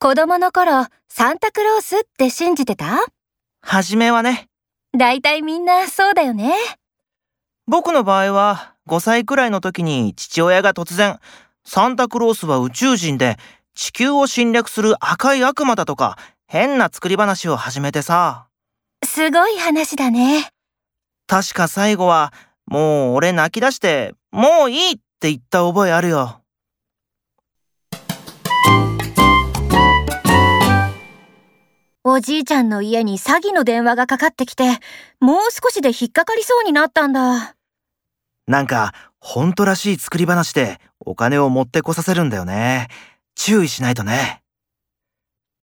子供の頃、サンタクロースって信じてたはじめはね、大体みんなそうだよね。僕の場合は5歳くらいの時に父親が突然、サンタクロースは宇宙人で地球を侵略する赤い悪魔だとか変な作り話を始めてさ。すごい話だね。確か最後は、もう俺泣き出して、もういいって言った覚えあるよ。おじいちゃんの家に詐欺の電話がかかってきて、もう少しで引っかかりそうになったんだ。なんか、ほんとらしい作り話でお金を持ってこさせるんだよね。注意しないとね。